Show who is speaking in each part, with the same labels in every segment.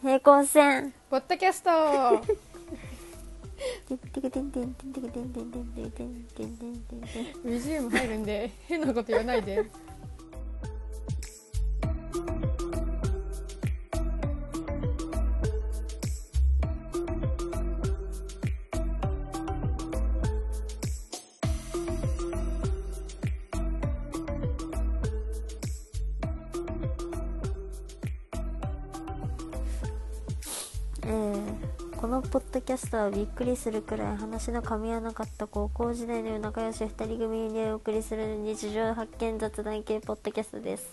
Speaker 1: 平行線
Speaker 2: ポッドキャスト
Speaker 1: てんてけてんてんてんてけてんてんてんてんてんてんてんてんてん
Speaker 2: BGM 入るんで変なこと言わないで
Speaker 1: えーこのポッドキャストはびっくりするくらい話の噛み合わなかった高校時代の仲良し2人組にお送りする日常発見雑談系ポッドキャストです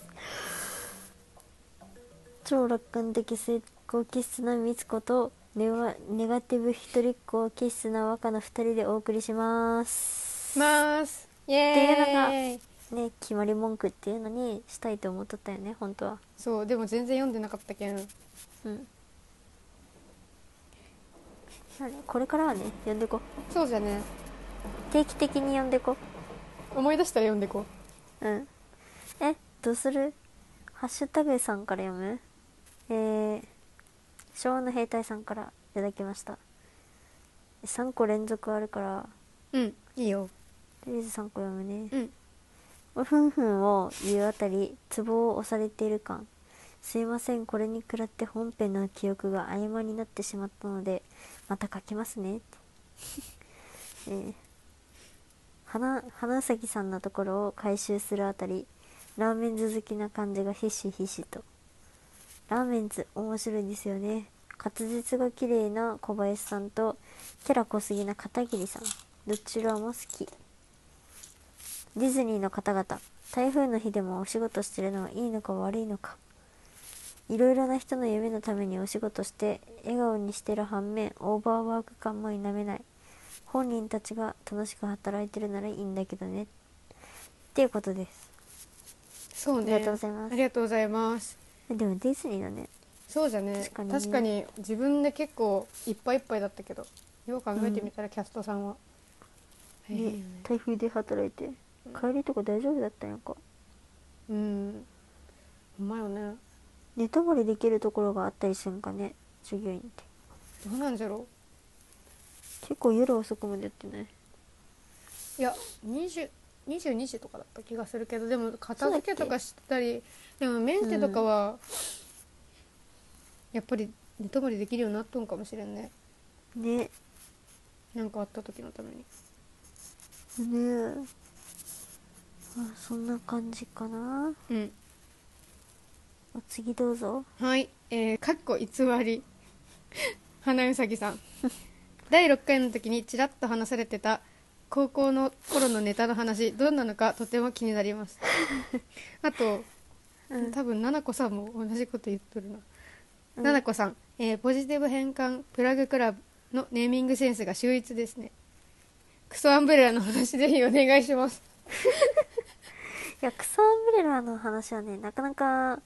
Speaker 1: 超楽観的成功気質なみつことネガネガティブ一人っ子気質な若の2人でお送りします
Speaker 2: まーすイ
Speaker 1: っていう
Speaker 2: エーイ
Speaker 1: ね決まり文句っていうのにしたいと思っとったよね本当は
Speaker 2: そうでも全然読んでなかったけん
Speaker 1: うんあれこれからはね読んでこ
Speaker 2: そうじゃね
Speaker 1: 定期的に読んでこ
Speaker 2: 思い出したら読んでこ
Speaker 1: うんえどうするハッシュタグさんから読むえー、昭和の兵隊さんからいただきました3個連続あるから
Speaker 2: ううんいいよ
Speaker 1: とりあえず3個読むね
Speaker 2: うん
Speaker 1: ふんふんを言うあたりツボを押されている感すいませんこれにくらって本編の記憶が曖昧になってしまったのでまた書きますね えー花花うさぎさんのところを回収するあたりラーメンズ好きな感じがひしひしとラーメンズ面白いですよね滑舌が綺麗な小林さんとキャラ濃すぎな片桐さんどちらも好きディズニーの方々台風の日でもお仕事してるのはいいのか悪いのかいろいろな人の夢のためにお仕事して笑顔にしてる反面オーバーワーク感も否めない本人たちが楽しく働いてるならいいんだけどねっていうことです
Speaker 2: そうね
Speaker 1: ありがとうございます
Speaker 2: ありがとうございます
Speaker 1: でもディズニーだね
Speaker 2: そうじゃね
Speaker 1: 確かに
Speaker 2: 確かに自分で結構いっぱいいっぱいだったけどよう考えてみたらキャストさんは、大変よ
Speaker 1: ね台風で働いて帰りとか大丈夫だったんやんか
Speaker 2: うんうまいよね
Speaker 1: 寝泊まりできるところがあったりするんかね従業員って
Speaker 2: どうなんじゃろ
Speaker 1: 結構夜遅くまでやってないう
Speaker 2: いや20 22時とかだった気がするけどでも片付けとかしたりでもメンテとかは、やっぱり寝泊まりできるようになっとんかもしれんね
Speaker 1: ね
Speaker 2: なんかあった時のために
Speaker 1: ねえあそんな感じかな
Speaker 2: うん
Speaker 1: お次どうぞ
Speaker 2: はい、えー、かっこ偽り 花うさぎさん第6回の時にちらっと話されてた高校の頃のネタの話どんなのかとても気になります あと、多分ななこさんも同じこと言っとるな、
Speaker 1: うん
Speaker 2: ななこさん、えーポジティブ変換プラグクラブのネーミングセンスが秀逸ですねクソアンブレラの話ぜひお願いします
Speaker 1: いやクソアンブレラの話はねなかなか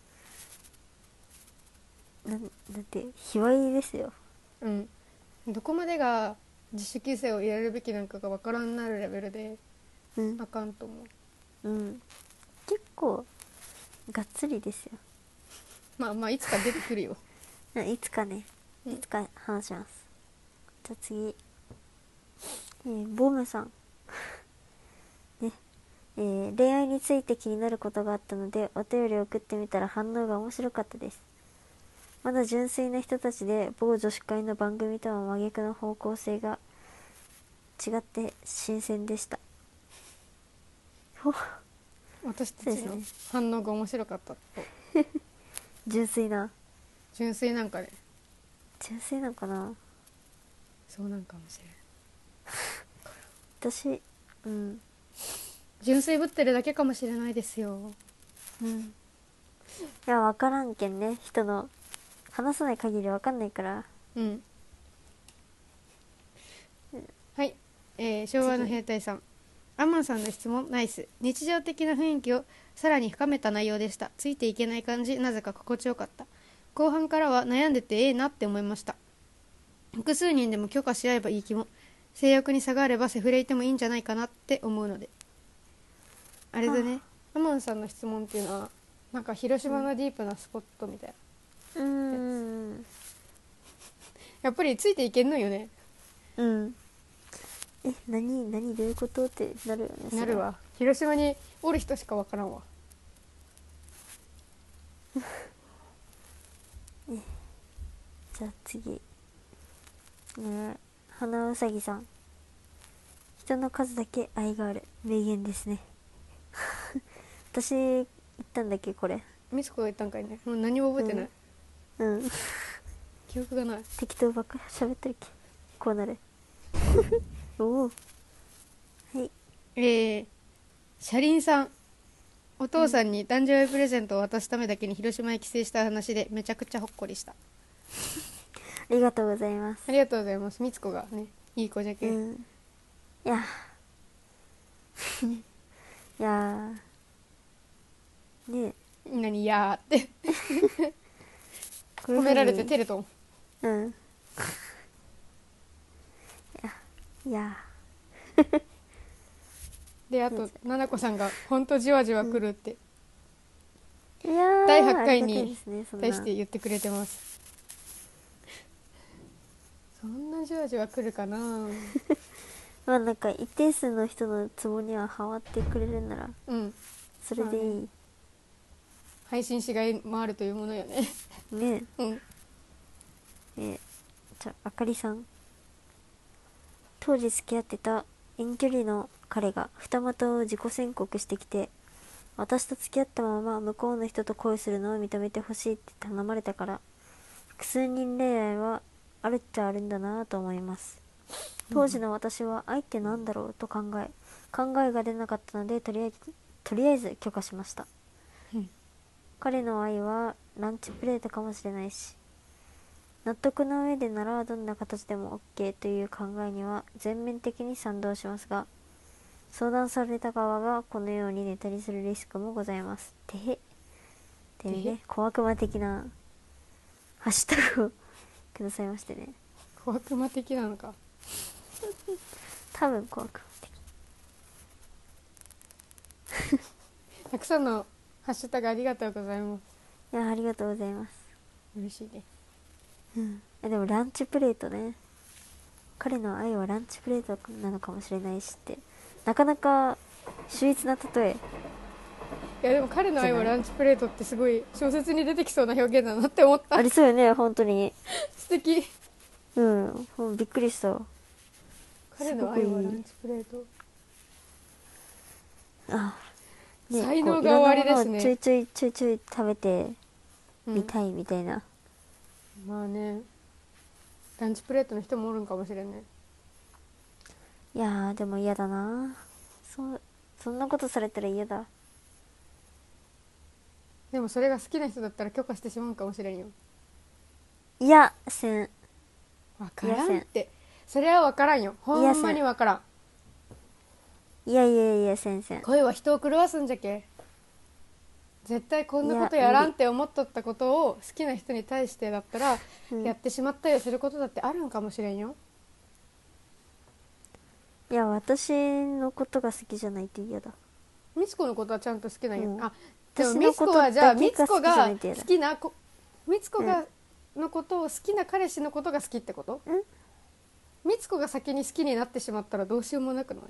Speaker 1: なんだって卑猥ですよ
Speaker 2: うんどこまでが自主規制を入れるべきなんかがわからんなるレベルで
Speaker 1: うん
Speaker 2: あ、かんと思
Speaker 1: う
Speaker 2: う
Speaker 1: ん、結構がっつりですよ
Speaker 2: まあまあいつか出てく るよ
Speaker 1: いつかね
Speaker 2: うん
Speaker 1: いつか話しますじゃあ次えーボムさん ねえー恋愛について気になることがあったのでお便りを送ってみたら反応が面白かったですまだ純粋な人たちで某女子会の番組とは真逆の方向性が違って新鮮でした ほ
Speaker 2: 私たち
Speaker 1: そう
Speaker 2: の
Speaker 1: で
Speaker 2: 反応が面白かったと
Speaker 1: 純粋な
Speaker 2: 純粋なんかね
Speaker 1: 純粋なのかな
Speaker 2: そうなんかもしれん
Speaker 1: 私うん
Speaker 2: 純粋ぶってるだけかもしれないですよ
Speaker 1: うんいや分からんけんね人の話さない限り分かんないから
Speaker 2: うんはい、えー昭和の兵隊さんアンマンさんの質問ナイス日常的な雰囲気をさらに深めた内容でしたついていけない感じなぜか心地よかった後半からは悩んでてええなって思いました複数人でも許可し合えばいい気も性欲に差があればセフレいてもいいんじゃないかなって思うのであれだねアマンさんの質問っていうのはなんか広島のディープなスポットみたいな
Speaker 1: うん
Speaker 2: やっぱりついていけんのよね
Speaker 1: うんえ何何どういうことってなるよねそれ
Speaker 2: なるわ広島におる人しかわからんわ
Speaker 1: じゃあ次うん花うさぎさん人の数だけ愛がある名言ですね 私言ったんだっけこれ
Speaker 2: ミスコが言ったんかいねもう何も覚えてない、
Speaker 1: うんうん
Speaker 2: 記憶がない
Speaker 1: 適当ばっかり喋ってるっけこうなる おおはい
Speaker 2: えー、車輪さんお父さんに誕生日プレゼントを渡すためだけに広島へ帰省した話でめちゃくちゃほっこりした
Speaker 1: ありがとうございます
Speaker 2: ありがとうございますみつこがねいい子じゃけ、、
Speaker 1: うんんいや いやーねえ
Speaker 2: 何いやーって
Speaker 1: こういうふうに
Speaker 2: 褒められて照れとん
Speaker 1: うん。いや、いや、
Speaker 2: であとななこさんが「ほんとじわじわ来る」って
Speaker 1: いやー
Speaker 2: 第八
Speaker 1: あ
Speaker 2: 回
Speaker 1: りがたい
Speaker 2: に
Speaker 1: ですねそんな
Speaker 2: 対して言ってくれてますそんなじわじわ来るかな
Speaker 1: まあなんか一定数の人のツボにはハマってくれるなら
Speaker 2: うん
Speaker 1: それでいい、
Speaker 2: 配信しがいもあるというものよね
Speaker 1: ね
Speaker 2: うん
Speaker 1: ええじゃああかりさん当時付き合ってた遠距離の彼が二股を自己宣告してきて私と付き合ったまま向こうの人と恋するのを認めてほしいって頼まれたから複数人恋愛はあるっちゃあるんだなぁと思います当時の私は愛ってなんだろうと考え考えが出なかったのでとりあえずとりあえず許可しました
Speaker 2: うん
Speaker 1: 彼の愛はランチプレートかもしれないし納得の上でならどんな形でも OK という考えには全面的に賛同しますが相談された側がこのように寝たりするリスクもございます。てへっていう
Speaker 2: てへ
Speaker 1: ね小悪魔的なハッシュタグを くださいましてね
Speaker 2: 小悪魔的なのか
Speaker 1: 多分小悪魔的
Speaker 2: たくさんのハッシュタグありがとうございます
Speaker 1: いやありがとうございます。
Speaker 2: 嬉しいね
Speaker 1: えでもランチプレートね彼の愛はランチプレートなのかもしれないしってなかなか秀逸な例え
Speaker 2: いやでも彼の愛はランチプレートってすごい小説に出てきそうな表現だなって思った
Speaker 1: ありそうよね本当 に
Speaker 2: 素敵
Speaker 1: うんもうびっくりしたわ
Speaker 2: 彼の愛
Speaker 1: すご
Speaker 2: はラ
Speaker 1: くい
Speaker 2: ン
Speaker 1: い
Speaker 2: チプレート
Speaker 1: あ
Speaker 2: 才
Speaker 1: こういろ
Speaker 2: 能が
Speaker 1: んな
Speaker 2: 終わりですね
Speaker 1: ものをちょいちょいちょいちょい食べて
Speaker 2: うん
Speaker 1: みたいみたいな、
Speaker 2: まあねランチプレートの人もおるんかもしれない
Speaker 1: いやーでも嫌だなそうそんなことされたら嫌だ
Speaker 2: でもそれが好きな人だったら許可してしまうかもしれんよ
Speaker 1: いやせん
Speaker 2: 分からんってそれは分からんよほんまに分からん
Speaker 1: いやいやいやせんせん
Speaker 2: 恋は人を狂わすんじゃけ絶対こんなことやらんって思っとったことを好きな人に対してだったら
Speaker 1: うん
Speaker 2: やってしまったりすることだってあるんかもしれんよ
Speaker 1: いや私のことが好きじゃないと嫌だ
Speaker 2: みつこのことはちゃんと好きなんよ、
Speaker 1: うん
Speaker 2: あでも
Speaker 1: 私
Speaker 2: み
Speaker 1: の
Speaker 2: つこ
Speaker 1: こと
Speaker 2: はじゃあ
Speaker 1: だけ
Speaker 2: みつ
Speaker 1: が好
Speaker 2: こ
Speaker 1: きじゃな
Speaker 2: が
Speaker 1: いっ
Speaker 2: 好
Speaker 1: てやだ
Speaker 2: きなこみつこがのことを好きな彼氏のことが好きってこと
Speaker 1: うん
Speaker 2: みつこが先に好きになってしまったらどうしようもなくない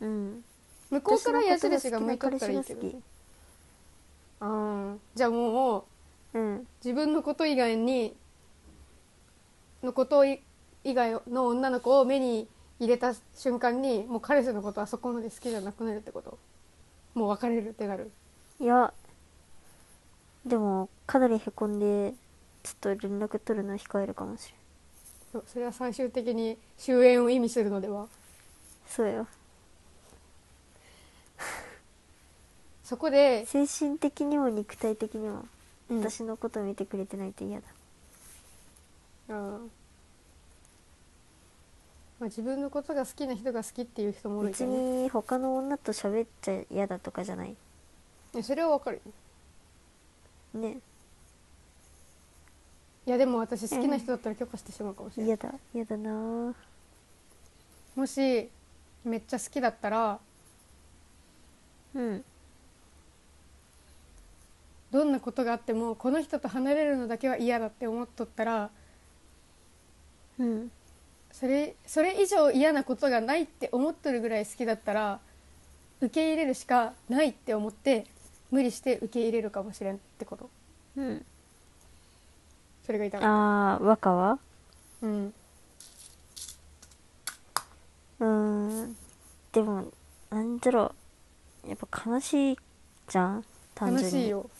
Speaker 1: うん
Speaker 2: 向こうから矢印が向いと
Speaker 1: 彼
Speaker 2: ったら
Speaker 1: 氏が
Speaker 2: いい
Speaker 1: 好
Speaker 2: けど
Speaker 1: き
Speaker 2: あーじゃあもう
Speaker 1: うん
Speaker 2: 自分のこと以外にのこと以外の女の子を目に入れた瞬間にもう彼氏のことはそこまで好きじゃなくなるってこともう別れるってなる
Speaker 1: いやでもかなりへこんでちょっと連絡取るの控えるかもしれん
Speaker 2: そそれは最終的に終焉を意味するのでは
Speaker 1: そうよ
Speaker 2: そこで
Speaker 1: 精神的にも肉体的にも
Speaker 2: うん
Speaker 1: 私のこと見てくれてないと嫌だ、
Speaker 2: あーまあ、自分のことが好きな人が好きっていう人もおる
Speaker 1: 別
Speaker 2: けど、ね、
Speaker 1: に他の女と喋っちゃ嫌だとかじゃない
Speaker 2: いやそれはわかるよ
Speaker 1: ね
Speaker 2: いやでも私好きな人だったら許可してしまうかもしれない
Speaker 1: 嫌だ嫌だなぁ
Speaker 2: もしめっちゃ好きだったら
Speaker 1: うん
Speaker 2: どんなことがあってもこの人と離れるのだけは嫌だって思っとったら
Speaker 1: うん
Speaker 2: それそれ以上嫌なことがないって思っとるぐらい好きだったら受け入れるしかないって思って無理して受け入れるかもしれんってこと
Speaker 1: うん
Speaker 2: それが痛い
Speaker 1: ああ和歌は
Speaker 2: うん
Speaker 1: うーんでもなんだろうやっぱ悲しいじゃん単
Speaker 2: 楽
Speaker 1: 純
Speaker 2: しい
Speaker 1: に
Speaker 2: よ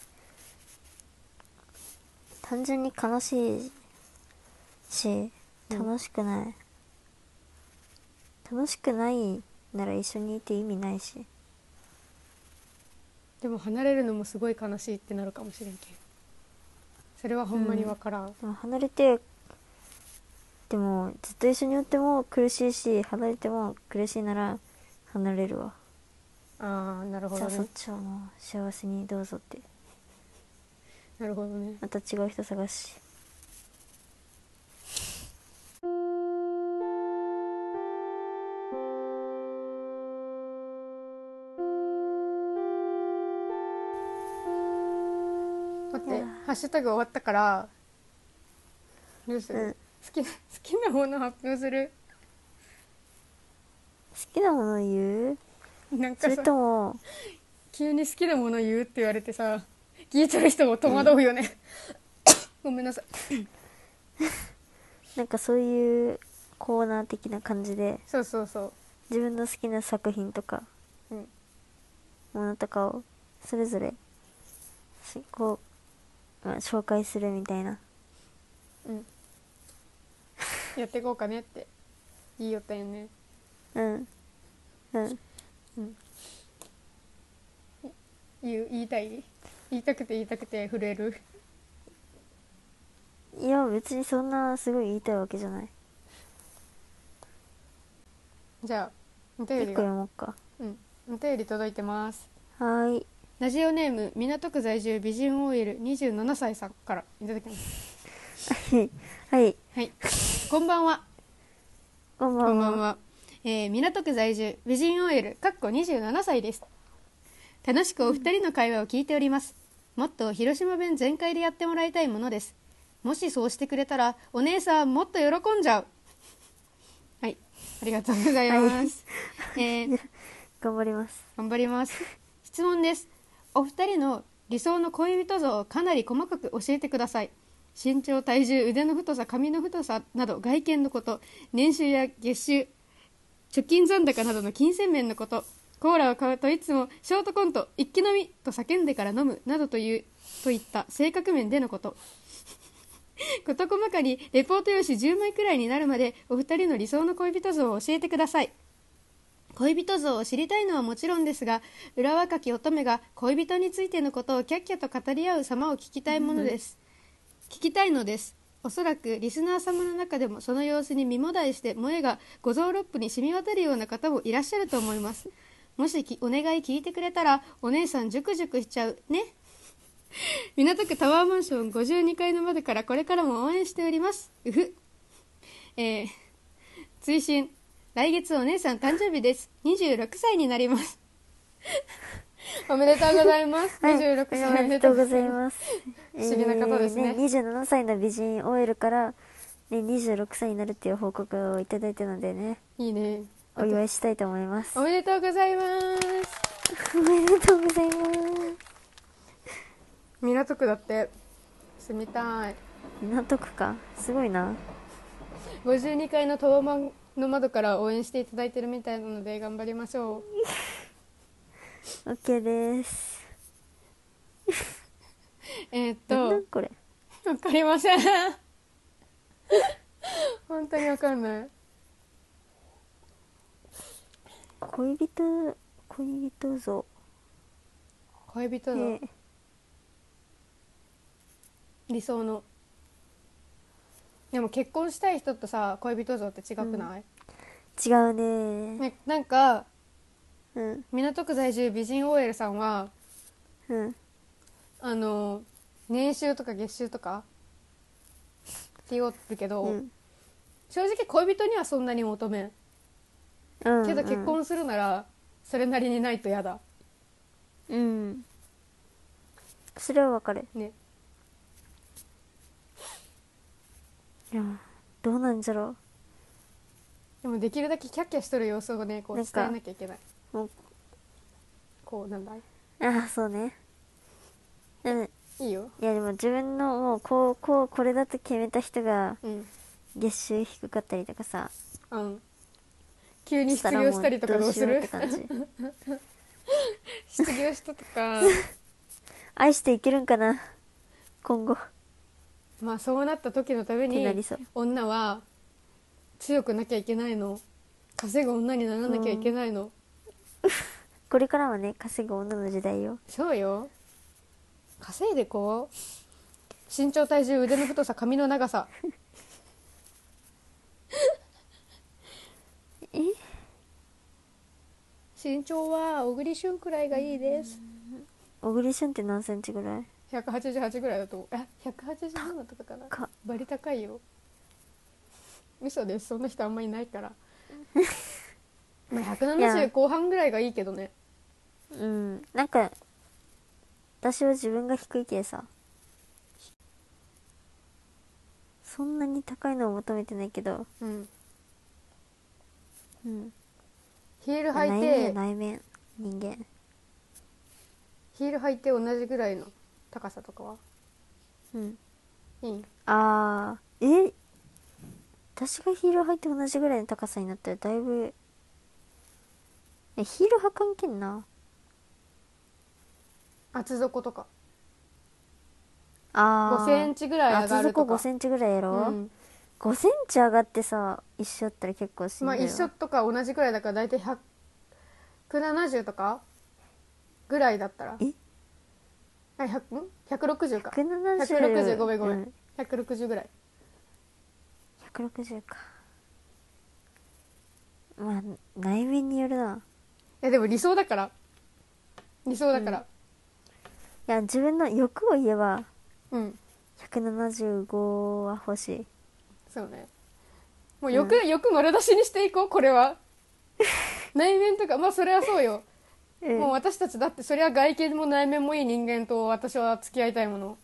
Speaker 1: 単純に悲しいし
Speaker 2: うん
Speaker 1: 楽しくない、楽しくないなら一緒にいて意味ないし
Speaker 2: でも離れるのもすごい悲しいってなるかもしれんけんそれはほんまにわからん、
Speaker 1: でも離れてでもずっと一緒におっても苦しいし離れても苦しいなら離れるわ
Speaker 2: ああなるほ
Speaker 1: じゃ
Speaker 2: ど
Speaker 1: あそっ
Speaker 2: ね
Speaker 1: ちはもう幸せにどうぞって
Speaker 2: なるほどね
Speaker 1: また違う人探すし
Speaker 2: 待って
Speaker 1: うん
Speaker 2: ハッシュタグ終わったからどうす
Speaker 1: うん
Speaker 2: る、好きな好 きなもの発表する
Speaker 1: 好きなもの言う
Speaker 2: なん
Speaker 1: そ
Speaker 2: か
Speaker 1: れ
Speaker 2: さ
Speaker 1: とも
Speaker 2: 急に好きなもの言うって言われてさ聞いてる人も戸惑うよね、 ごめんなさい
Speaker 1: なんかそういうコーナー的な感じで
Speaker 2: そうそうそ
Speaker 1: 自分の好きな作品とか
Speaker 2: ううん
Speaker 1: ものとかをそれぞれしこう、まあ、紹介するみたいな
Speaker 2: うんやっていこうかねって言いよったよね
Speaker 1: うんうん
Speaker 2: 言う言いたい言いたくて言いたくて震える
Speaker 1: いや別にそんなすごい言いたいわけじゃない
Speaker 2: じゃあお便
Speaker 1: 一個
Speaker 2: り
Speaker 1: 読
Speaker 2: が
Speaker 1: もうか
Speaker 2: うんお便り届いてます
Speaker 1: はーい
Speaker 2: ラジオネーム港区在住美人 OL 27歳さんからいただきます
Speaker 1: はい
Speaker 2: はい、こんばんは。
Speaker 1: こんば
Speaker 2: こ
Speaker 1: ん
Speaker 2: ん
Speaker 1: は
Speaker 2: ばんは。えー港区在住美人 OL かっこ27歳です。楽しくお二人の会話を聞いております。もっと広島弁全開でやってもらいたいものです。もしそうしてくれたらお姉さんもっと喜んじゃう。はい、ありがとうございます。えー
Speaker 1: 頑張ります
Speaker 2: 頑張ります 質問ですお二人の理想の恋人像をかなり細かく教えてください身長体重腕の太さ髪の太さなど外見のこと年収や月収貯金残高などの金銭面のことコーラを買うといつもショートコント一気飲みと叫んでから飲むなどというといった性格面でのこと 事細かにレポート用紙10枚くらいになるまでお二人の理想の恋人像を教えてください恋人像を知りたいのはもちろんですが浦和き乙女が恋人についてのことをキャッキャと語り合う様を聞きたいものです聞きたいのですおそらくリスナー様の中でもその様子に身もだえして萌えが五臓六腑に染み渡るような方もいらっしゃると思いますもしきお願い聞いてくれたらお姉さんジュクジュクしちゃうね 港区タワーマンション52階の窓からこれからも応援しておりますうふえー、追伸来月お姉さん誕生日です26歳になります おめでとうございます
Speaker 1: はい
Speaker 2: 26歳
Speaker 1: おめでとうございます
Speaker 2: 不思議な方です
Speaker 1: え
Speaker 2: ね
Speaker 1: ー27歳の美人 OL から、ね、26歳になるっていう報告をいただいたのでね
Speaker 2: いいね
Speaker 1: お祝いしたいと思います
Speaker 2: お
Speaker 1: お
Speaker 2: めでとうございます
Speaker 1: めでとうございます
Speaker 2: 港区だって住みたい
Speaker 1: 港区かすごいな
Speaker 2: 52階のタワマンの窓から応援していただいてるみたいなので頑張りまし ょ
Speaker 1: OK です
Speaker 2: うえーっ
Speaker 1: なんだ
Speaker 2: と
Speaker 1: これ
Speaker 2: わかりません 本当にわかんない
Speaker 1: 恋人恋人像
Speaker 2: 恋人の
Speaker 1: えー
Speaker 2: 理想のでも結婚したい人とさ恋人像って違くない、
Speaker 1: 違うね
Speaker 2: ねなんか
Speaker 1: うん
Speaker 2: 港区在住美人 OL さんは
Speaker 1: うん
Speaker 2: あの年収とか月収とかって言おるけど、
Speaker 1: うん
Speaker 2: 正直恋人にはそんなに求めん
Speaker 1: うん
Speaker 2: けど結婚するならそれなりにないとやだ
Speaker 1: うんそれはわかる
Speaker 2: ね
Speaker 1: いやどどうなんじゃろ
Speaker 2: でもできるだけキャッキャしとる様子をねこう
Speaker 1: な
Speaker 2: 伝
Speaker 1: んか
Speaker 2: えなきゃいけないう
Speaker 1: もう
Speaker 2: こうなんだ
Speaker 1: ああそうねうん
Speaker 2: いいよ
Speaker 1: いやでも自分のもうこうこうこれだと決めた人が
Speaker 2: うん
Speaker 1: 月収低かったりとかさ
Speaker 2: うん急に失業したりとかどうす
Speaker 1: よ
Speaker 2: る
Speaker 1: って感じ
Speaker 2: 失業したと か
Speaker 1: 愛していけるんかな今後っ
Speaker 2: まあそうなった時のため
Speaker 1: てなり
Speaker 2: に
Speaker 1: そう
Speaker 2: 女は強くなきゃいけないの稼ぐ女にならなきゃいけないの、
Speaker 1: これからはね稼ぐ女の時代よ
Speaker 2: そうよ稼いでこう身長体重腕の太さ髪の長さ
Speaker 1: え
Speaker 2: 身長は小栗旬くらいがいいです
Speaker 1: 小栗旬って何センチぐらい
Speaker 2: 188ぐらいだと思うえ187とかかな
Speaker 1: か
Speaker 2: バリ高いよ嘘ですそんな人あんまいないから まあ
Speaker 1: いや
Speaker 2: 170後半ぐらいがいいけどね
Speaker 1: うんなんか私は自分が低いけさそんなに高いのを求めてないけど、
Speaker 2: うん
Speaker 1: うん、
Speaker 2: ヒール
Speaker 1: 内
Speaker 2: 履い
Speaker 1: 面よ
Speaker 2: て
Speaker 1: 内面人間
Speaker 2: ヒール履いて同じぐらいの高さとかは
Speaker 1: うん
Speaker 2: いい
Speaker 1: あーえ私がヒール履いて同じぐらいの高さになったらだいぶえヒール履かんけんな
Speaker 2: 厚底とか
Speaker 1: あ
Speaker 2: 5
Speaker 1: あ
Speaker 2: センチぐらい上が
Speaker 1: 厚
Speaker 2: る
Speaker 1: 底
Speaker 2: と
Speaker 1: 5
Speaker 2: か
Speaker 1: センチぐらいやろ、
Speaker 2: うん
Speaker 1: 5センチ上がってさ一緒やったら結構しんど
Speaker 2: ま
Speaker 1: い
Speaker 2: あ
Speaker 1: わ
Speaker 2: 一緒とか同じぐらいだから大体100 170とかぐらいだったら
Speaker 1: え
Speaker 2: あ100ん160か
Speaker 1: 170
Speaker 2: 160ごめんごめ
Speaker 1: うん
Speaker 2: ん、160ぐらい
Speaker 1: 160かまあ内面によるない
Speaker 2: やでも理想だから理想だから
Speaker 1: いや自分の欲を言えば
Speaker 2: うん、
Speaker 1: 175は欲しい
Speaker 2: そうねもう欲、欲丸出しにしていこうこ れは内面とかまあそれはそう
Speaker 1: う
Speaker 2: よ、
Speaker 1: ん
Speaker 2: もう私たちだってそれは外見も内面もいい人間と私は付き合いたいもの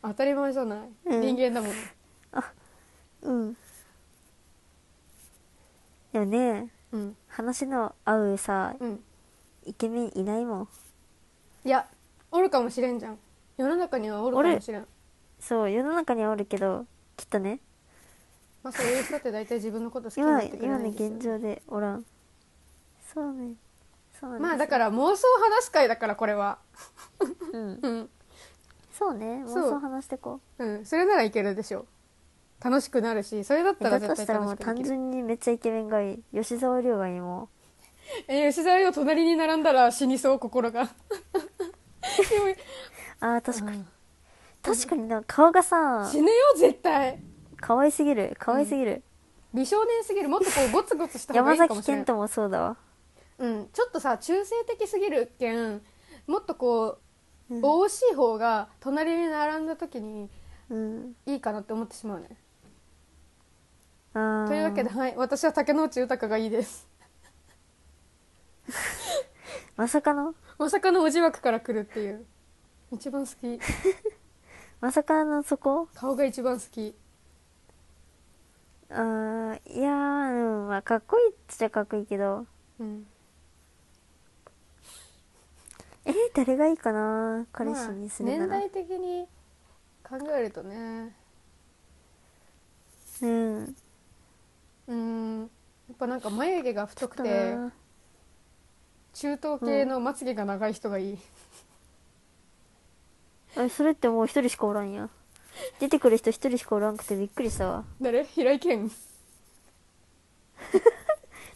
Speaker 2: 当たり前じゃない、
Speaker 1: うん
Speaker 2: 人間だもの
Speaker 1: うんでもね
Speaker 2: うん
Speaker 1: 話の合うさ
Speaker 2: うん
Speaker 1: イケメンいないもん
Speaker 2: いやおるかもしれんじゃん世の中にはおるかもしれん
Speaker 1: そう世の中にはおるけどきっとね
Speaker 2: まあそういう人って大体自分のこと好きにな
Speaker 1: 今
Speaker 2: ってくれな
Speaker 1: 今の
Speaker 2: いんですよ
Speaker 1: 現状でおらんそうねそうなんです
Speaker 2: まあだから妄想話す会だからこれは
Speaker 1: うん
Speaker 2: うん
Speaker 1: そうね妄
Speaker 2: そう
Speaker 1: 想話してこ
Speaker 2: うんそれならいけるでしょ楽しくなるしそれだっ
Speaker 1: う
Speaker 2: た
Speaker 1: だ
Speaker 2: ら
Speaker 1: と
Speaker 2: 絶
Speaker 1: し
Speaker 2: 対
Speaker 1: たらも
Speaker 2: 楽
Speaker 1: う
Speaker 2: しくで
Speaker 1: 単
Speaker 2: きる
Speaker 1: 純にめっちゃイケメンがいい吉沢亮がいいもん
Speaker 2: えー吉沢亮隣に並んだら死にそう心がで
Speaker 1: あー確かに、
Speaker 2: うん
Speaker 1: 確かにな顔が
Speaker 2: も
Speaker 1: さ
Speaker 2: 死ぬよ絶対
Speaker 1: 可愛すぎる可愛すぎる、
Speaker 2: 美少年すぎるもっとこうゴツゴツした方がい
Speaker 1: 山
Speaker 2: いかも
Speaker 1: 崎
Speaker 2: しれな
Speaker 1: 賢
Speaker 2: い
Speaker 1: 人もそうだわ
Speaker 2: うん、ちょっとさ中性的すぎるけんもっとこう、
Speaker 1: うん
Speaker 2: おしい方が隣に並んだ時に
Speaker 1: うん
Speaker 2: いいかなって思ってしまうね
Speaker 1: あー
Speaker 2: というわけで、はい、私は竹野内豊がい いです。
Speaker 1: まさかの
Speaker 2: まさかのおじ枠から来るっていう。一番好き。
Speaker 1: まさかのそこ
Speaker 2: 顔が一番好き。
Speaker 1: あーいやー、うん、まあかっこいいっちゃかっこいいけど
Speaker 2: うん。
Speaker 1: えー、誰がいいかな彼氏にするなら、
Speaker 2: まあ年代的に考えるとね。
Speaker 1: うん
Speaker 2: うん。やっぱなんか眉毛が太く
Speaker 1: だ
Speaker 2: て、
Speaker 1: な
Speaker 2: 中東系のまつげが長い人がいい。
Speaker 1: あそれってもう一人しかおらんや出てくる人一人しかおらんくてびっくりしたわ
Speaker 2: 誰平井堅。い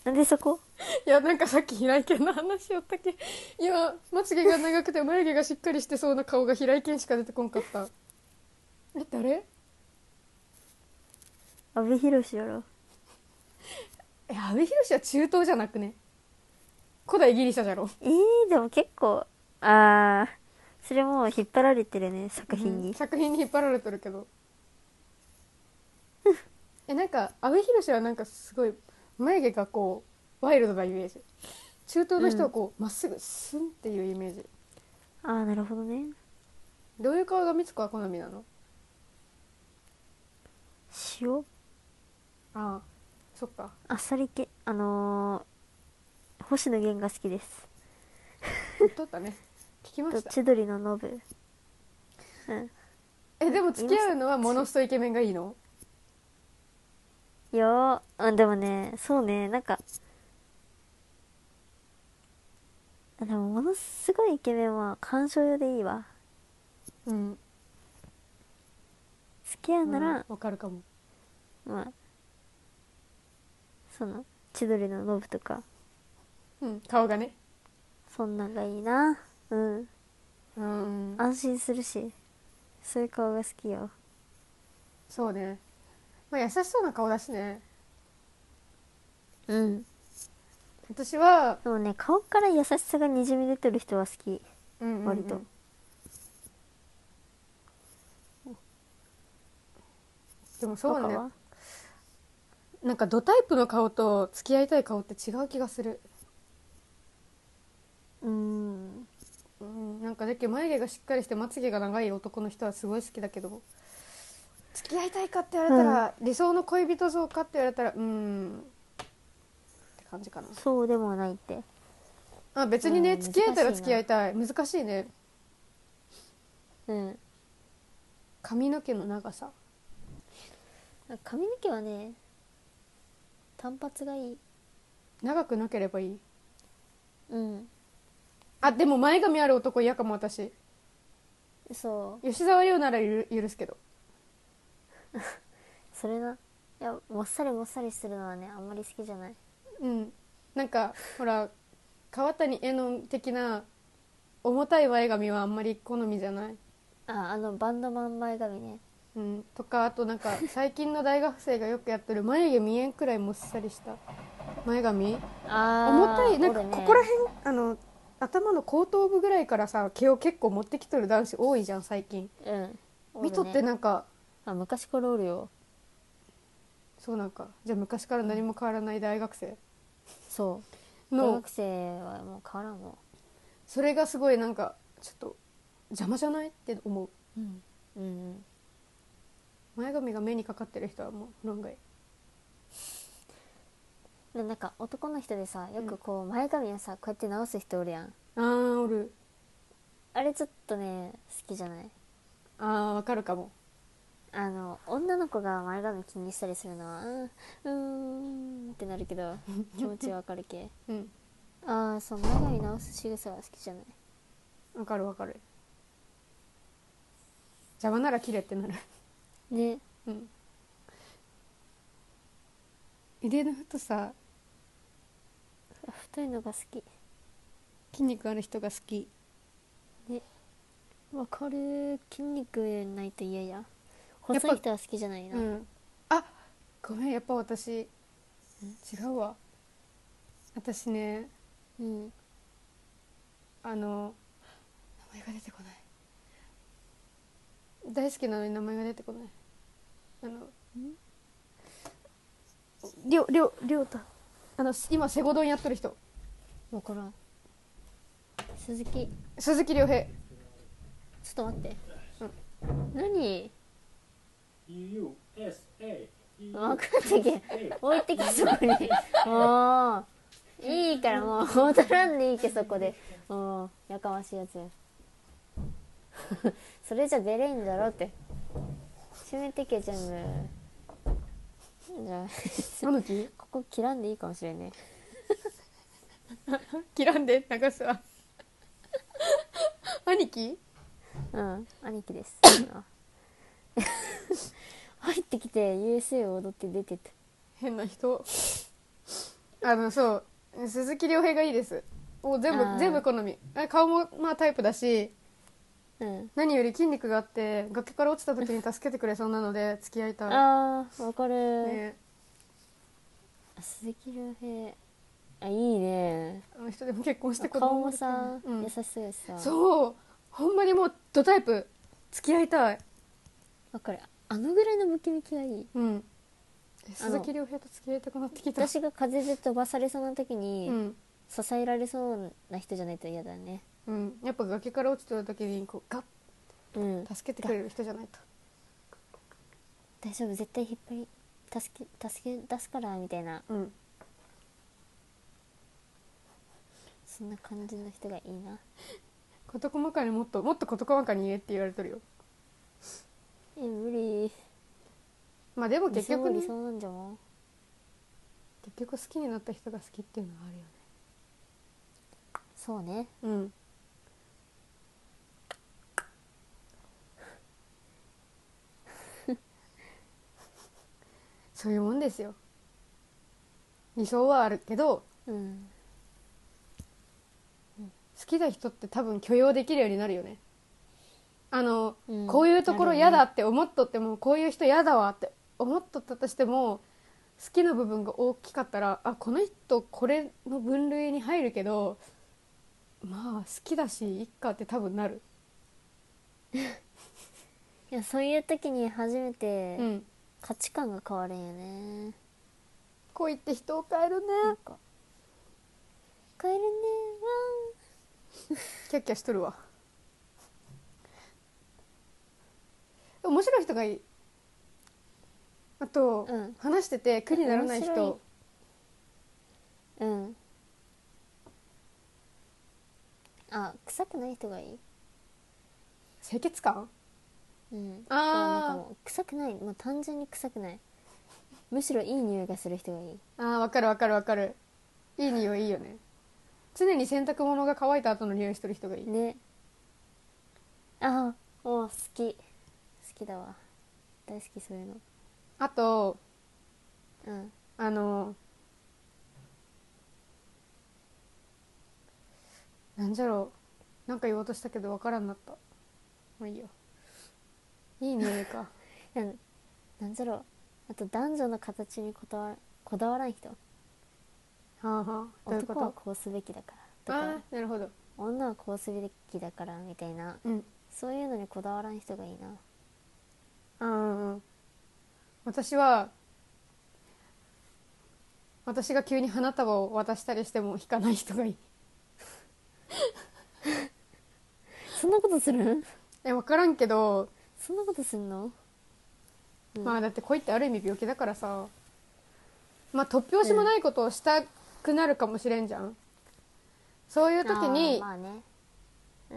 Speaker 1: なんでそこ
Speaker 2: や、なんかさっき平井堅の話やったっけ。今、まつげが長くて眉毛がしっかりしてそうな顔が平井堅しか出てこんかった。え、誰
Speaker 1: 阿部寛やろ
Speaker 2: え阿部寛は中東じゃなくね古代ギリシャじゃろ
Speaker 1: えー、でも結構あーそれもう引っ張られてるね作品
Speaker 2: うん
Speaker 1: に、
Speaker 2: 作品に引っ張られてるけどえなんか阿部寛はなんかすごい眉毛がこうワイルドなイメージ中東の人はこうま、っすぐスンっていうイメージ
Speaker 1: ああなるほどね
Speaker 2: どういう顔が美津子は好みなの
Speaker 1: 塩
Speaker 2: ああそっか
Speaker 1: あっさり系あのー星野源が好きです
Speaker 2: 言っとった ね聞きま
Speaker 1: と
Speaker 2: した
Speaker 1: 千鳥のノブうん
Speaker 2: えでも付き合うのはモノストイケメンがいいの
Speaker 1: いやーあでもねそうねなんかあでもものすごいイケメンは鑑賞用でいいわ
Speaker 2: うん
Speaker 1: 付き合うなら、
Speaker 2: わかるかも
Speaker 1: まあその千鳥のノブとか
Speaker 2: うん顔がね
Speaker 1: そんなんがいいなうん
Speaker 2: うん
Speaker 1: 安心するしそういう顔が好きよ
Speaker 2: そうねまあ優しそうな顔だしね
Speaker 1: うん
Speaker 2: 私は
Speaker 1: でもね顔から優しさがにじみ出てる人は好き
Speaker 2: うんうんうん
Speaker 1: 割と
Speaker 2: でもそ
Speaker 1: と
Speaker 2: う
Speaker 1: か
Speaker 2: ね
Speaker 1: は
Speaker 2: なんかドタイプの顔と付き合いたい顔って違う気がする
Speaker 1: うん
Speaker 2: うんなんかだけど眉毛がしっかりしてまつげが長い男の人はすごい好きだけど付き合いたいかって言われたら、理想の恋人像かって言われたらうんって感じかな
Speaker 1: そうでもないって
Speaker 2: あ別にね、
Speaker 1: うん
Speaker 2: 付き合えたら
Speaker 1: 難しいな
Speaker 2: 付き合いたい難しいね
Speaker 1: うん
Speaker 2: 髪の毛の長さ
Speaker 1: 髪の毛はね単発がいい
Speaker 2: 長くなければいい
Speaker 1: うん
Speaker 2: あでも前髪ある男嫌かも私
Speaker 1: そう
Speaker 2: 吉沢亮ならゆる許すけど
Speaker 1: それないやもっさりもっさりするのはねあんまり好きじゃない
Speaker 2: うんなんかほら川谷絵音的な重たい前髪はあんまり好みじゃない
Speaker 1: ああのバンドマン前髪ね
Speaker 2: うん、とかあとなんか最近の大学生がよくやってる眉毛見えんくらいもっさりした前髪
Speaker 1: あ
Speaker 2: 重たいなんか
Speaker 1: おるね
Speaker 2: ここら辺、あの頭の後頭部ぐらいからさ毛を結構持ってきとる男子多いじゃん最近、
Speaker 1: うんおるね
Speaker 2: 見とってなんか
Speaker 1: あ昔からおるよ
Speaker 2: そうなんかじゃあ昔から何も変わらない大学生
Speaker 1: そう大
Speaker 2: の
Speaker 1: 学生はもう変わらんの
Speaker 2: それがすごいなんかちょっと邪魔じゃないって思う
Speaker 1: うんうん
Speaker 2: 前髪が目にかかってる人はもう論外
Speaker 1: でなんか男の人でさよくこう前髪をさこうやって直す人おるやん
Speaker 2: あーおる
Speaker 1: あれちょっとね好きじゃない
Speaker 2: あーわかるかも
Speaker 1: あの女の子が前髪気にしたりするのはうんうーんってなるけ ど気持ちはわかる け
Speaker 2: うん
Speaker 1: ああそう前髪直す仕草が好きじゃない
Speaker 2: わかるわかる邪魔なら切れってなる
Speaker 1: ね
Speaker 2: うん腕の太さ
Speaker 1: 太いのが好き
Speaker 2: 筋肉ある人が好き
Speaker 1: わかる筋肉ないと嫌や
Speaker 2: ぱ
Speaker 1: 細い人は好きじゃないな、
Speaker 2: うんあごめんやっぱ私違うわ私ね
Speaker 1: うん、
Speaker 2: あの名前が出てこない大好きなのに名前が出てこないあのりょうりょうりょうたあの今セゴドンやってる人
Speaker 1: わからん鈴木ちょ
Speaker 2: 鈴木亮平
Speaker 1: っと待って、何
Speaker 3: USA
Speaker 1: 分かってけ置いてけそこにもういいからもう戻らんでいいけそこでもうやかましいやつや それじゃ出れんじゃろって閉めてけ全部じゃあ
Speaker 2: なのき
Speaker 1: ここ切らんでいいかもしれんね
Speaker 2: 切らんで流すわ 兄貴
Speaker 1: うん、兄貴です。 あ入ってきて USA を踊って出てった。
Speaker 2: 変な人あのそう鈴木亮平がいいですお全
Speaker 1: あー
Speaker 2: 部全部好みあ顔もまあタイプだし
Speaker 1: うん。
Speaker 2: 何より筋肉があって崖から落ちた時に助けてくれそうなので付き合いた
Speaker 1: あー、わかる、
Speaker 2: い、ね、
Speaker 1: あ鈴木亮平。あ、いいね。
Speaker 2: あの人でも結婚して子
Speaker 1: 顔
Speaker 2: 供
Speaker 1: も
Speaker 2: できた
Speaker 1: さ、
Speaker 2: うん
Speaker 1: 優しそうやしさ。
Speaker 2: そうほんまにもうドタイプ付き合いたい
Speaker 1: わかる。あのぐらいのムキムキがいい。
Speaker 2: うん
Speaker 1: あ
Speaker 2: え
Speaker 1: の
Speaker 2: 鈴木亮平と付き合いたくなってきた
Speaker 1: 私が風で飛ばされそうな時
Speaker 2: う
Speaker 1: に、
Speaker 2: ん
Speaker 1: 支えられそうな人じゃないと嫌だね。
Speaker 2: うん、やっぱ崖から落ちてる時にこうガッ
Speaker 1: うん。
Speaker 2: 助けてくれる人じゃないと
Speaker 1: 大丈夫、絶対引っ張り助け助け出すからみたいな
Speaker 2: うん
Speaker 1: そんな感じの人がいいな
Speaker 2: 事細かにもっともっと事細かに言えって言われとるよ
Speaker 1: え無理
Speaker 2: まあでも
Speaker 1: 理
Speaker 2: 結
Speaker 1: 想
Speaker 2: 局、
Speaker 1: は
Speaker 2: ね、
Speaker 1: 理
Speaker 2: 結
Speaker 1: 想なんじゃもん
Speaker 2: 局好きになった人が好きっていうのはあるよね
Speaker 1: そうね
Speaker 2: うん そういうもんですよ理想はあるけど
Speaker 1: うん
Speaker 2: 好きな人って多分許容できるようになるよねあの、
Speaker 1: うん
Speaker 2: こういうところ嫌
Speaker 1: な
Speaker 2: だって思っとっても、こういう人嫌だわって思っとったとしても好きな部分が大きかったらあこの人これの分類に入るけどまあ好きだしいっかって多分なる
Speaker 1: いやそういう時に初めて
Speaker 2: うん
Speaker 1: 価値観が変わるんよね、
Speaker 2: 恋って人を変えるね
Speaker 1: なんか変えるね
Speaker 2: キャッキャしとるわ面白い人がいいあと、
Speaker 1: うん
Speaker 2: 話してて苦にならない
Speaker 1: 面白
Speaker 2: 人
Speaker 1: わんうんあ臭くない人がいい
Speaker 2: 清潔感
Speaker 1: うん
Speaker 2: あー
Speaker 1: いやなんかもう臭くないもう単純に臭くないむしろいい匂いがする人がいい
Speaker 2: ああわかるわかるわかるいい匂いいいよね常に洗濯物が乾いた後の匂いしてる人がいい
Speaker 1: ねああもう好き好きだわ大好きそういうの
Speaker 2: あと
Speaker 1: うん
Speaker 2: あのなんじゃろうなんか言おうとしたけどわからんなったもういいよいい匂いか
Speaker 1: なんなんじゃろうあと男女の形にこだわこだわらん人
Speaker 2: はあはあどういうこ
Speaker 1: 男は
Speaker 2: と
Speaker 1: こうすべきだからと
Speaker 2: あ
Speaker 1: か
Speaker 2: あなるほど
Speaker 1: 女はこうすべきだからみたいな
Speaker 2: うん
Speaker 1: そういうのにこだわらん人がいいな
Speaker 2: ああ私は私が急に花束を渡したりしても引かない人がいい
Speaker 1: そんなことするん
Speaker 2: え分からんけど、
Speaker 1: そんなことすんのうん
Speaker 2: まあだって恋ってある意味病気だからさまあ突拍子もないことをしたくなるかもしれんじゃん、そういう時
Speaker 1: あー
Speaker 2: に
Speaker 1: ま
Speaker 2: あ,、
Speaker 1: あねう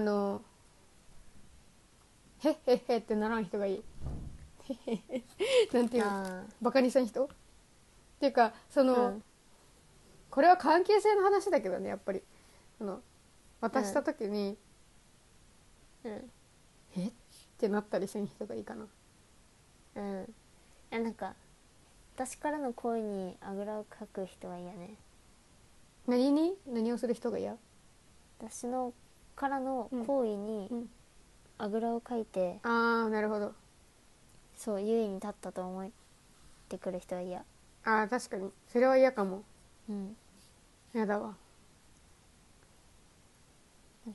Speaker 1: ん
Speaker 2: の「へっへっへ」ってならん人がいいへっへっへなんていうの
Speaker 1: あ
Speaker 2: バカにせん人っていうかそ
Speaker 1: ー
Speaker 2: の、
Speaker 1: うん
Speaker 2: これは関係性の話だけどねやっぱりあの渡した時に
Speaker 1: うん
Speaker 2: 「えっ?」てなったりせん人がいいかな
Speaker 1: うんいやなんか私からの恋にあぐらをかく人は嫌ね
Speaker 2: 何に何をする人が嫌
Speaker 1: 私のからの行為に
Speaker 2: うんうん
Speaker 1: あぐらをかいて、
Speaker 2: ああなるほど
Speaker 1: そう優位に立ったと思ってくる人は嫌
Speaker 2: ああ確かにそれは嫌かも
Speaker 1: うん
Speaker 2: やだわ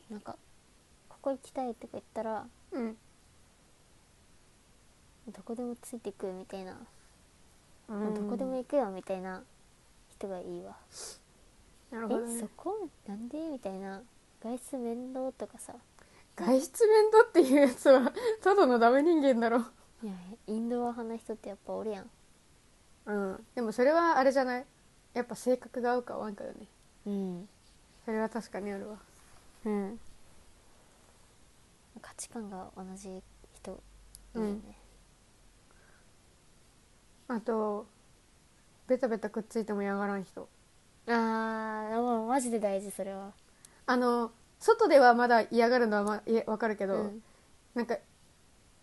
Speaker 1: なんか「ここ行きたい」とか言ったら
Speaker 2: うん
Speaker 1: どこでもついてくみたいな、
Speaker 2: うん
Speaker 1: どこでも行くよみたいな人がいいわ、
Speaker 2: なるほど、
Speaker 1: えそ
Speaker 2: ね、
Speaker 1: こなんでみたいな外出面倒とかさ
Speaker 2: 外出面倒っていうやつはただのダ メ人間だろ
Speaker 1: いやインドア派な人ってやっぱおるやん
Speaker 2: うんでもそれはあれじゃないやっぱ性格が合うか合わんかだね
Speaker 1: うん
Speaker 2: それは確かにあるわ
Speaker 1: うん価値観が同じ人いいよね、
Speaker 2: あとベタベタくっついても嫌がらん人
Speaker 1: あーもうマジで大事それは
Speaker 2: あの外ではまだ嫌がるのはまいえわかるけど、
Speaker 1: うん
Speaker 2: なんか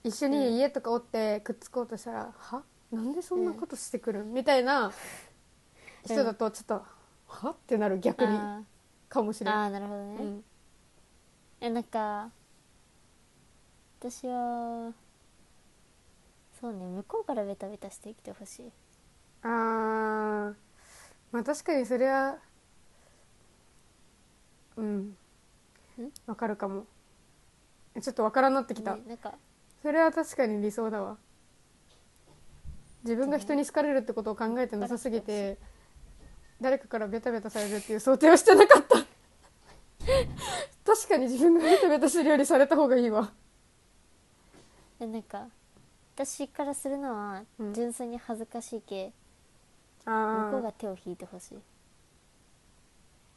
Speaker 2: 一緒に家とかおってくっつこうとしたら「はなんでそんなことしてくるん?」みた いな人だとちょっと「はってなる逆に
Speaker 1: あ
Speaker 2: かも
Speaker 1: ー
Speaker 2: しれん
Speaker 1: あーなるほどね、
Speaker 2: うん
Speaker 1: えなんか私はそうね向こうからベタベタしてきてほしい
Speaker 2: あーまあ確かにそれはうんわかるかもえちょっとわからんなってきた、
Speaker 1: ねなんか
Speaker 2: それは確かに理想だわ自分が人に好かれるってことを考えてなさすぎて誰かからベタベタされるっていう想定をしてなかった確かに自分がベタベタするよりされた方がいいわ
Speaker 1: えなんか私からするのは
Speaker 2: うん
Speaker 1: 純粋に恥ずかしい系、向こう
Speaker 2: あ
Speaker 1: が手を引いてほしい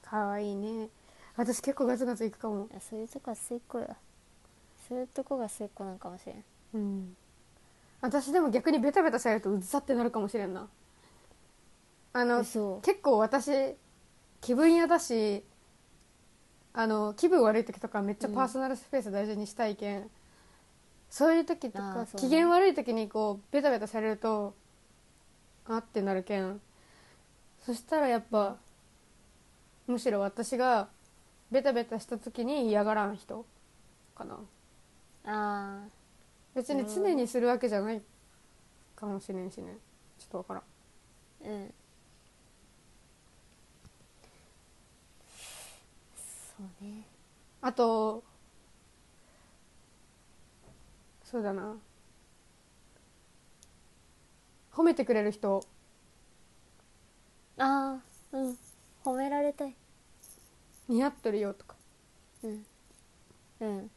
Speaker 2: あかわいいね私結構ガツガツいくかも
Speaker 1: あそういうとこは末っ子よそういうとこが末っ子なんかもしれん
Speaker 2: うん私でも逆にベタベタされるとうざってなるかもしれんなあの
Speaker 1: 嘘
Speaker 2: 結構私気分屋だしあの気分悪い時とかめっちゃパーソナルスペース大事にしたいけん、そういう時と
Speaker 1: あ
Speaker 2: か、
Speaker 1: ーそうね
Speaker 2: 機嫌悪い時にこうベタベタされるとあってなるけんそしたらやっぱむしろ私がベタベタした時に嫌がらん人かな
Speaker 1: ああ
Speaker 2: 別に常にするわけじゃないかもしれんしねちょっとわからん
Speaker 1: うんそうね
Speaker 2: あとそうだな褒めてくれる人
Speaker 1: ああうん褒められたい
Speaker 2: 似合ってるよとか
Speaker 1: うんうん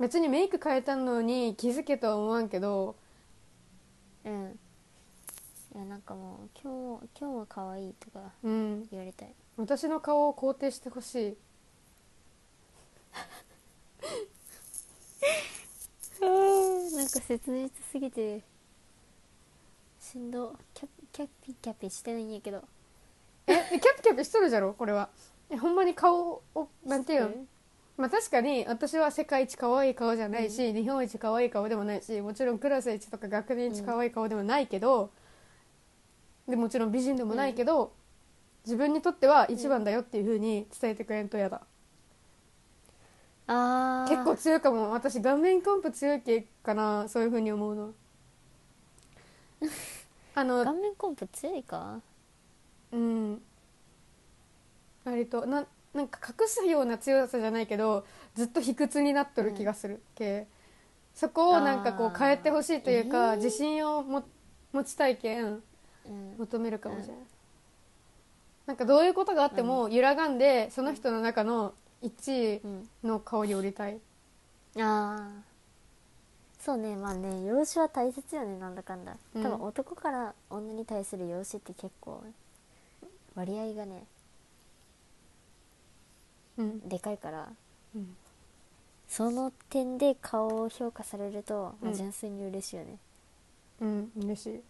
Speaker 2: 別にメイク変えたのに気づけとは思わんけど
Speaker 1: うんいやなんかもう今日も今日も可愛いとか
Speaker 2: うん
Speaker 1: 言われたい
Speaker 2: 私の顔を肯定してほしい
Speaker 1: なんか切実すぎてしんどキャピキャピキャピしてないんやけど
Speaker 2: えキャピキャピしとるじゃろこれはえほんまに顔をなんていうのまあ確かに私は世界一可愛い顔じゃないし、日本一可愛い顔でもないしもちろんクラス一とか学年一可愛い顔でもないけど、でもちろん美人でもないけど、自分にとっては一番だよっていうふうに伝えてくれんとやだ、
Speaker 1: ああ
Speaker 2: 結構強いかも私顔面コンプ強い系かなそういうふうに思うの はあ
Speaker 1: 顔
Speaker 2: の
Speaker 1: 面コンプ強いか
Speaker 2: うん割とななんか隠すような強さじゃないけどずっと卑屈になっとる気がする系、そこをなんかこ
Speaker 1: あ
Speaker 2: う
Speaker 1: ー
Speaker 2: 変えてほしいというか、
Speaker 1: えー
Speaker 2: 自信をも持ちたいけん
Speaker 1: うん
Speaker 2: 求めるかもしれない、なんかどういうことがあっても揺らがんでその人の中の1位
Speaker 1: うん
Speaker 2: の顔に降りたい、
Speaker 1: ああそうねまあね容姿は大切よねなんだかんだ
Speaker 2: う
Speaker 1: 多
Speaker 2: ん
Speaker 1: 分男から女に対する容姿って結構割合がね
Speaker 2: うん
Speaker 1: でかいから
Speaker 2: うん
Speaker 1: その点で顔を評価されると、まあ
Speaker 2: うん
Speaker 1: 純粋に嬉しいよね
Speaker 2: うん嬉しい、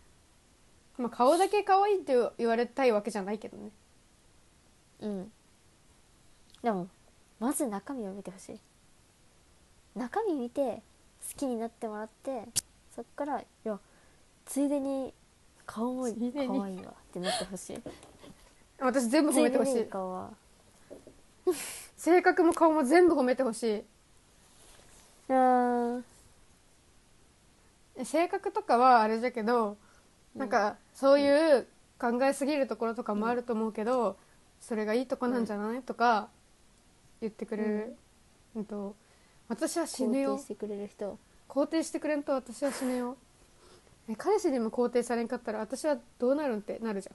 Speaker 2: まあ、顔だけ可愛いって言われたいわけじゃないけどね
Speaker 1: うんでもまず中身を見てほしい中身見て好きになってもらってそっからいやついでに顔も
Speaker 2: ついでに
Speaker 1: 可愛いわってなってほしい
Speaker 2: 私全部
Speaker 1: つ
Speaker 2: 褒め
Speaker 1: いで
Speaker 2: てほし
Speaker 1: に
Speaker 2: い
Speaker 1: 顔は
Speaker 2: 性格も顔も全部褒めてほしい
Speaker 1: うん
Speaker 2: え性格とかはあれだけど、なんかそういう考えすぎるところとかもあると思うけど、それがいいとこなんじゃない、とか言ってくれる、うんと私は死
Speaker 1: 肯
Speaker 2: ぬ
Speaker 1: 定
Speaker 2: よ
Speaker 1: してくれる人
Speaker 2: 肯定してくれんと私は死ぬよえ彼氏にも肯定されんかったら私はどうなるんってなるじ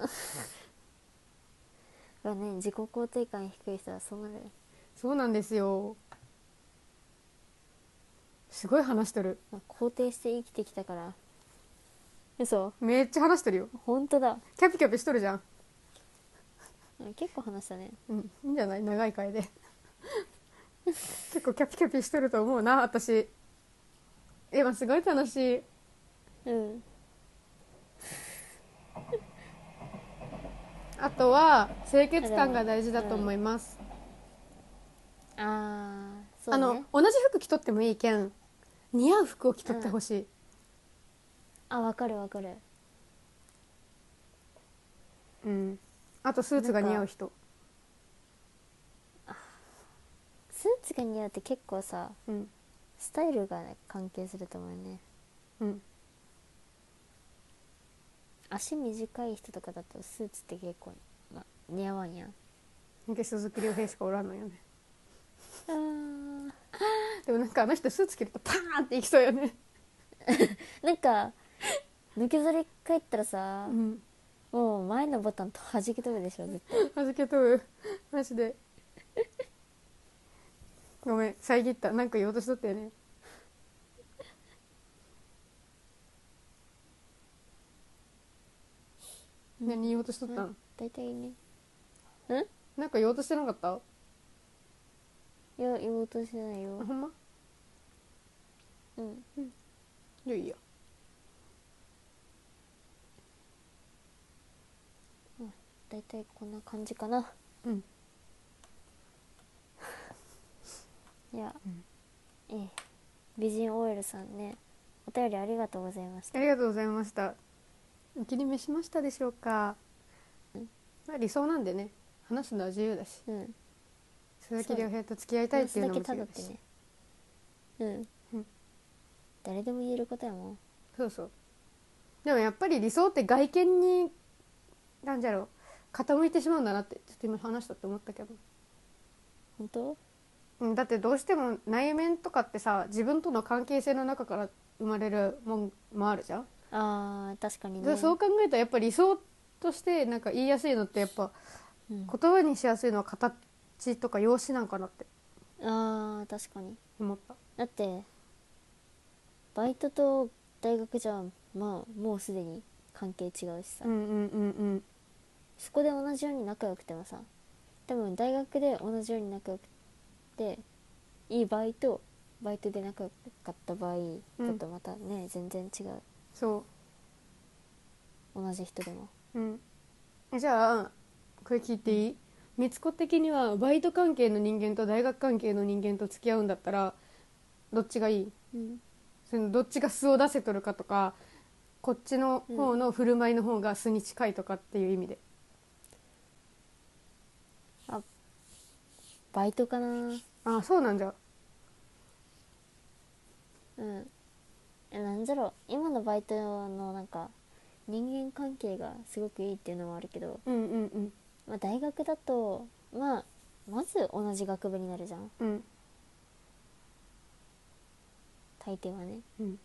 Speaker 2: ゃん
Speaker 1: がね自己肯定感低い人はそうなる
Speaker 2: そうなんですよすごい話しとる
Speaker 1: まあ肯定して生きてきたから嘘
Speaker 2: めっちゃ話しとるよ
Speaker 1: 本当だ
Speaker 2: キャピキャピしとるじゃん
Speaker 1: うん結構話したね
Speaker 2: うん、いいんじゃない長い回で 結構キャピキャピしとると思うな私今すごい楽しい
Speaker 1: うん
Speaker 2: あとは清潔感が大事だと思います
Speaker 1: ああそ
Speaker 2: あ
Speaker 1: うね
Speaker 2: の、同じ服着とってもいいけん似合う服を着とってほしい、
Speaker 1: あわかるわかる
Speaker 2: うんあとスーツが似合う人
Speaker 1: スーツが似合うって結構さ
Speaker 2: うん
Speaker 1: スタイルが関係すると思うね
Speaker 2: うん
Speaker 1: 足短い人とかだとスーツって結構、ま、似合わんやん
Speaker 2: なんか鈴木亮平しかおらんのよね
Speaker 1: あ
Speaker 2: でもなんかあの人スーツ着るとパーンっていきそうよね
Speaker 1: なんか抜けざれ帰ったらさ
Speaker 2: う、ん
Speaker 1: もう前のボタンと弾け飛ぶでしょ絶対
Speaker 2: 預けとる マジでごめん遮ったなんか言おうとしとったよね何言おうとしとったん、
Speaker 1: 大体ね
Speaker 2: なんか言おうとしてなかったあ
Speaker 1: いや言おうとしてないよ
Speaker 2: ほんま
Speaker 1: うん
Speaker 2: じゃあいいや
Speaker 1: 大体こんな感じかな
Speaker 2: うん
Speaker 1: いや、
Speaker 2: うん
Speaker 1: ええ美人 OL さんねお便りありがとうございました
Speaker 2: ありがとうございましたお気に召しましたでしょうか
Speaker 1: うん
Speaker 2: まあ理想なんでね話すのは自由だし
Speaker 1: うん
Speaker 2: 鈴木亮平と付き合いたいっていうのも
Speaker 1: 話すだけた
Speaker 2: 自由
Speaker 1: だっ
Speaker 2: だ
Speaker 1: て
Speaker 2: し
Speaker 1: ねうん、
Speaker 2: うん
Speaker 1: 誰でも言えることやもん
Speaker 2: そうそうでもやっぱり理想って外見になんじゃろう傾いてしまうんだなってちょっと今話したって思ったけど
Speaker 1: 本当
Speaker 2: うんだってどうしても内面とかってさ自分との関係性の中から生まれるもんもあるじゃん、
Speaker 1: あー確かに
Speaker 2: で
Speaker 1: ね
Speaker 2: そう考えたらやっぱ理想としてなんか言いやすいのってやっぱ
Speaker 1: うん
Speaker 2: 言葉にしやすいのは形とか容姿なんかなって
Speaker 1: あー確かに
Speaker 2: 思った
Speaker 1: だってバイトと大学じゃまあもうすでに関係違うしさ、
Speaker 2: うんうんうんうん
Speaker 1: そこで同じように仲良くてもさ多分大学で同じように仲良くていい場合とバイトで仲良かった場合だとまたね、全然違う
Speaker 2: そ
Speaker 1: 同じ人でも
Speaker 2: ううんえじゃあこれ聞いていいみつこ的にはバイト関係の人間と大学関係の人間と付き合うんだったらどっちがいい
Speaker 1: うん
Speaker 2: そのどっちが素を出せとるかとかこっちの方の振る舞いの方が素に近いとかっていう意味で、
Speaker 1: バイトかな
Speaker 2: ああそうなんじゃ
Speaker 1: うんえなんじゃろう今のバイトのなんか人間関係がすごくいいっていうのもあるけど、
Speaker 2: うんうんうん
Speaker 1: まあ、大学だとまあまず同じ学部になるじゃん
Speaker 2: うん
Speaker 1: 大抵はね
Speaker 2: うん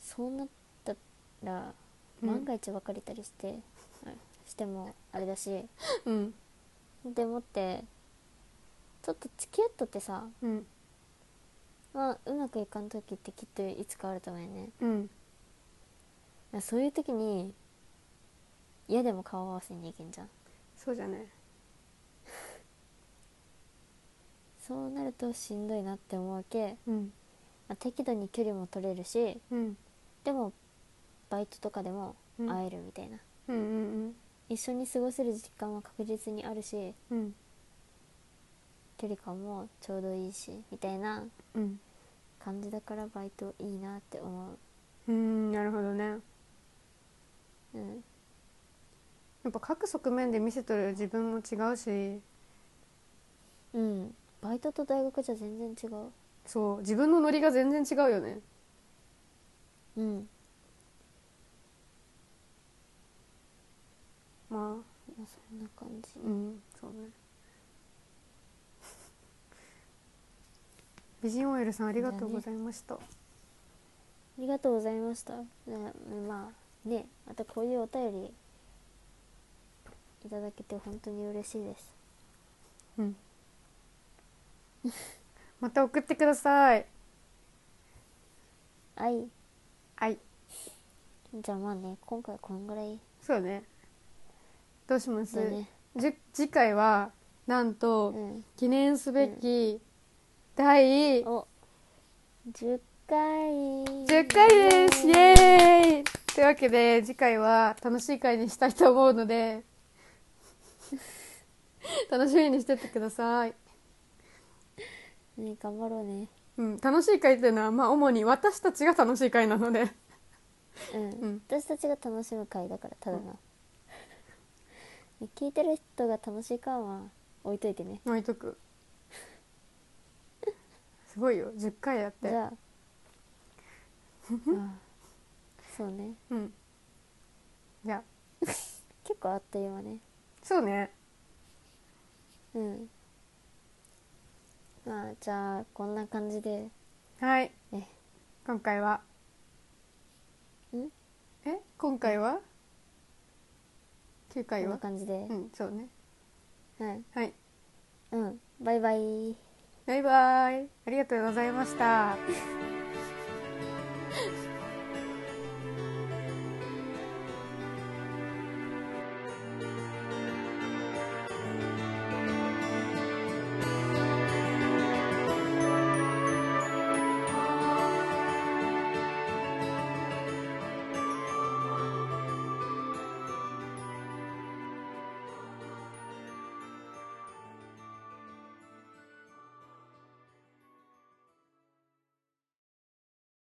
Speaker 1: そうなったら
Speaker 2: うん
Speaker 1: 万が一別れたりして、あしてもあれだし
Speaker 2: うん
Speaker 1: でもってちょっと付き合っとってさ、
Speaker 2: うん
Speaker 1: まあ、うまくいかん時ってきっといつかあると思うよね
Speaker 2: うん
Speaker 1: まあそういう時に嫌でも顔合わせに行けんじゃん
Speaker 2: そうじゃね
Speaker 1: そうなるとしんどいなって思うわけ、
Speaker 2: うん
Speaker 1: まあ、適度に距離も取れるし
Speaker 2: うん
Speaker 1: でもバイトとかでも
Speaker 2: うん
Speaker 1: 会えるみたいな、
Speaker 2: うんうん
Speaker 1: 一緒に過ごせる時間は確実にあるし
Speaker 2: うんうん
Speaker 1: 距離感もちょうどいいしみたいな
Speaker 2: うん
Speaker 1: 感じだからバイトいいなって思う
Speaker 2: うんなるほどねや
Speaker 1: うん
Speaker 2: っぱ各側面で見せとる自分も違うし
Speaker 1: うんバイトと大学じゃ全然違う
Speaker 2: そう自分のノリが全然違うよね
Speaker 1: うん
Speaker 2: まあ
Speaker 1: まあそんな感じ
Speaker 2: うんそうね 美人 OL さんありがとうございました、
Speaker 1: ありがとうございました、ね、まあねまたこういうお便りいただけて本当に嬉しいです
Speaker 2: うん、また送ってください
Speaker 1: はい
Speaker 2: はい
Speaker 1: じゃあまあね今回こんぐらい
Speaker 2: そうねどうします、
Speaker 1: だね
Speaker 2: じゅ次回はなんと、
Speaker 1: うん
Speaker 2: 記念すべき第10
Speaker 1: お10回
Speaker 2: 回ですイエーイというわけで次回は楽しい回にしたいと思う ので楽しみにしててください、
Speaker 1: ね頑張ろうね
Speaker 2: うん、楽しい回というのはまあ主に私たちが楽しい回なので
Speaker 1: うん、
Speaker 2: うん
Speaker 1: 私たちが楽しむ回だからただの、聞いてる人が楽しいかは置いといてね
Speaker 2: 置いとくすごいよ10回やって
Speaker 1: じ ゃあああそうね
Speaker 2: うんじゃあ
Speaker 1: 結構あっという間ね
Speaker 2: そうね
Speaker 1: うんまあじゃあこんな感じで
Speaker 2: はい
Speaker 1: ね
Speaker 2: 今回は
Speaker 1: ん
Speaker 2: え今回は9
Speaker 1: こ
Speaker 2: 回
Speaker 1: んな
Speaker 2: は
Speaker 1: 感じで
Speaker 2: う、んそうね
Speaker 1: はい
Speaker 2: はい
Speaker 1: うんバイバイ
Speaker 2: バイバイありがとうございました